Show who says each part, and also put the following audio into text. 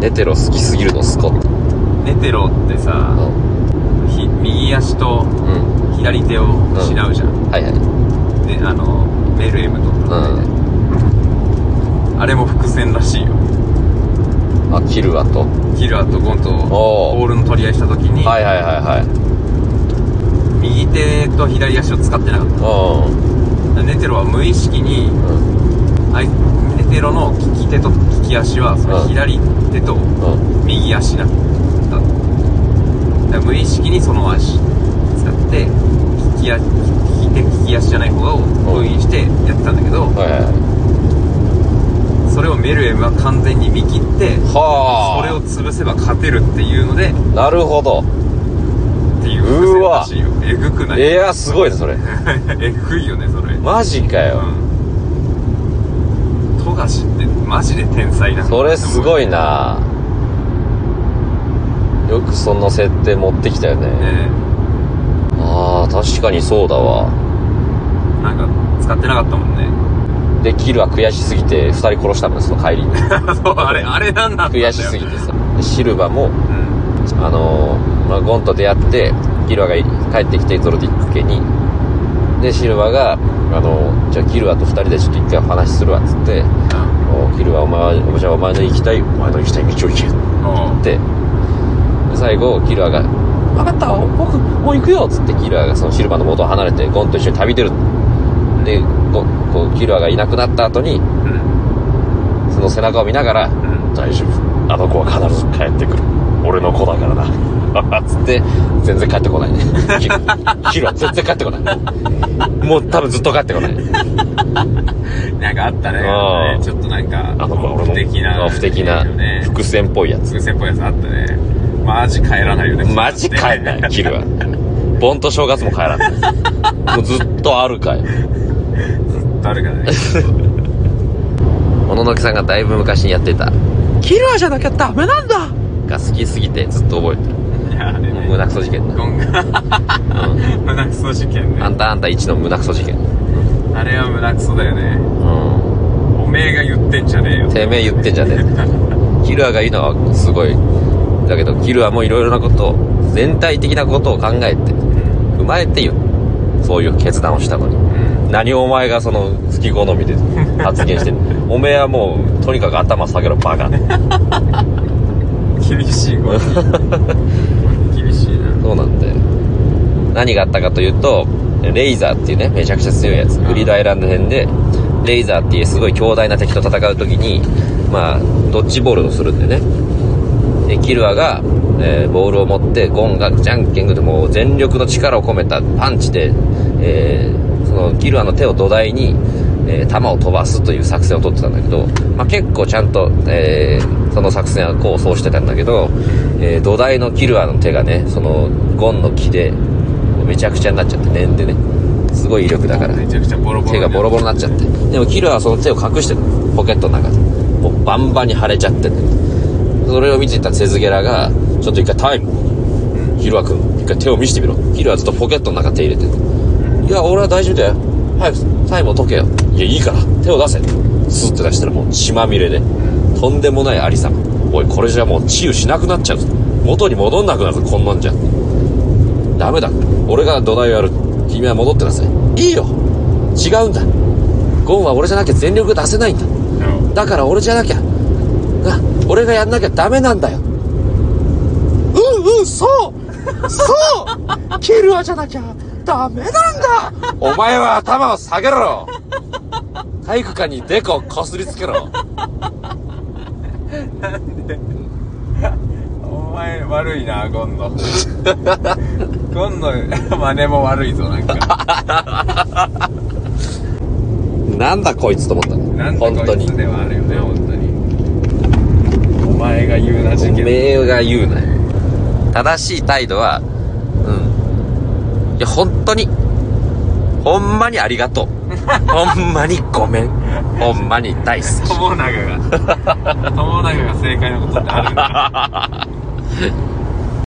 Speaker 1: ネテロ好きすぎるのスコット
Speaker 2: ネテロって
Speaker 1: う
Speaker 2: さ、
Speaker 1: ん
Speaker 2: ひ右足と
Speaker 1: うん
Speaker 2: 左手を失うじゃん、
Speaker 1: はいはい
Speaker 2: であのメルエムと戦いで、あれも伏線らしいよ
Speaker 1: あキルアと
Speaker 2: キルアとゴンと
Speaker 1: おう
Speaker 2: ボールの取り合いした時に、
Speaker 1: はいはいはいはい
Speaker 2: 右手と左足を使ってなかっ
Speaker 1: う
Speaker 2: たネテロは無意識に
Speaker 1: んうん
Speaker 2: あいネテロの利き手と利き足はその
Speaker 1: うん
Speaker 2: 左手と
Speaker 1: うん
Speaker 2: 右足なんだだから無意識にその足使って利き足利き手利き足じゃない方を封印してやってたんだけど
Speaker 1: はいはい
Speaker 2: それをメルエムは完全に見切って
Speaker 1: はあ
Speaker 2: それを潰せば勝てるっていうので
Speaker 1: なるほど
Speaker 2: っていう
Speaker 1: うわ
Speaker 2: 伏線らしいよえぐくない
Speaker 1: いやすごい ねそれ
Speaker 2: えぐいよねそれ
Speaker 1: マジかよ
Speaker 2: うん富樫ってマジで天才なんだ
Speaker 1: それすごいなよくその設定持ってきたよね
Speaker 2: ね
Speaker 1: ああ確かにそうだわ
Speaker 2: なんか使ってなかったもんね
Speaker 1: でキルは悔しすぎて2人殺したもんその帰りに
Speaker 2: そうあれあれなんだったんだよ
Speaker 1: 悔しすぎて さでシルバも
Speaker 2: うん
Speaker 1: あのーまあ、ゴンと出会ってキルアが帰ってきてゾロディック家にでシルバが、あのーじゃあキルアと2人でちょっと一回お話しするわっつって「おキルアお前はじゃあお前の行きたいお前の行きたい道を行け」
Speaker 2: うん
Speaker 1: って最後キルアが「分かった僕もう行くよ」っつってキルアがそのシルバーの元を離れてゴンと一緒に旅出るでゴンこうキルアがいなくなった後に
Speaker 2: うん
Speaker 1: その背中を見ながら
Speaker 2: う
Speaker 1: 「
Speaker 2: ん
Speaker 1: 大丈夫あの子は必ず帰ってくる俺の子だからな」 つって全然帰ってこないねキル キルア全然帰ってこないもう多分ずっと帰ってこない
Speaker 2: なんかあったね
Speaker 1: あー
Speaker 2: ちょっとなんか
Speaker 1: あの子は俺の
Speaker 2: 不敵な
Speaker 1: 不敵な
Speaker 2: よね
Speaker 1: 伏線っぽいやつ
Speaker 2: 伏線っぽいやつあったねマジ帰らないよね
Speaker 1: マジ帰んない、キルは。盆と正月も帰らない。もうずっとあるかい。
Speaker 2: 誰かね
Speaker 1: 小野木さんがだいぶ昔にやってた、キルアじゃなきゃダメなんだが好きすぎてずっと覚えてる。
Speaker 2: いやあれね
Speaker 1: 胸クソ事件な。
Speaker 2: ゴンが
Speaker 1: うん。
Speaker 2: 胸クソ事件ね
Speaker 1: あんたあんた一の胸クソ事件。
Speaker 2: あれは胸クソだよね
Speaker 1: うん。
Speaker 2: おめえが言ってんじゃねえよ
Speaker 1: てめえ言ってんじゃねえ。キルアがいいのはすごい。だけど、キルアもいろいろなことを、全体的なことを考えて、踏まえてよ。そういう決断をしたのに。
Speaker 2: うん
Speaker 1: 何をお前がその好き好みで発言してんのおめえはもうとにかく頭下げろバカ
Speaker 2: 厳しいゴン厳しいな
Speaker 1: そうなんだよ何があったかというとレイザーっていうねめちゃくちゃ強いやつグリードアイランド編でレイザーっていうすごい強大な敵と戦う時にまあドッジボールをするんだよねでキルアが、えーボールを持ってゴンがジャンキングでもう全力の力を込めたパンチで、えーそのキルアの手を土台に、えー弾を飛ばすという作戦を取ってたんだけど、まあ、結構ちゃんと、えーその作戦は構想してたんだけど、えー土台のキルアの手がねそのゴンの木でめちゃくちゃになっちゃってねんでねすごい威力だから
Speaker 2: めちゃくちゃボロボロ
Speaker 1: 手がボロボロになっちゃってでもキルアはその手を隠してるポケットの中でもうバンバンに腫れちゃっててそれを見ていたセズゲラが「ちょっと一回タイムキルア君一回手を見せてみろ」キルアはずっとポケットの中手入れてて「いや俺は大丈夫だよ早くタイムを解けよ」「いやいいから手を出せ」スッて出したらもう血まみれでとんでもないありさまおいこれじゃもう治癒しなくなっちゃうぞ元に戻んなくなるぞこんなんじゃダメだ俺が土台をやる君は戻ってなさいいいよ違うんだゴンは俺じゃなきゃ全力出せないんだ
Speaker 2: うん
Speaker 1: だから俺じゃなきゃな俺がやんなきゃダメなんだようんうんそうそうキルアじゃなきゃダメなんだお前は頭を下げろ体育館にデコをこすりつけろ
Speaker 2: お前悪いなゴ ンのゴンの真似も悪いぞなんか
Speaker 1: なんだこいつと思った
Speaker 2: なん
Speaker 1: の
Speaker 2: と
Speaker 1: 本当
Speaker 2: かい
Speaker 1: に
Speaker 2: つではあるよね本当にお前が言うな事
Speaker 1: お
Speaker 2: 件
Speaker 1: めえが言うなよ正しい態度はうんいや本当にほんまにありがとうほんまにごめんほんまに大好き
Speaker 2: 友永が友永が正解のことってあるんだ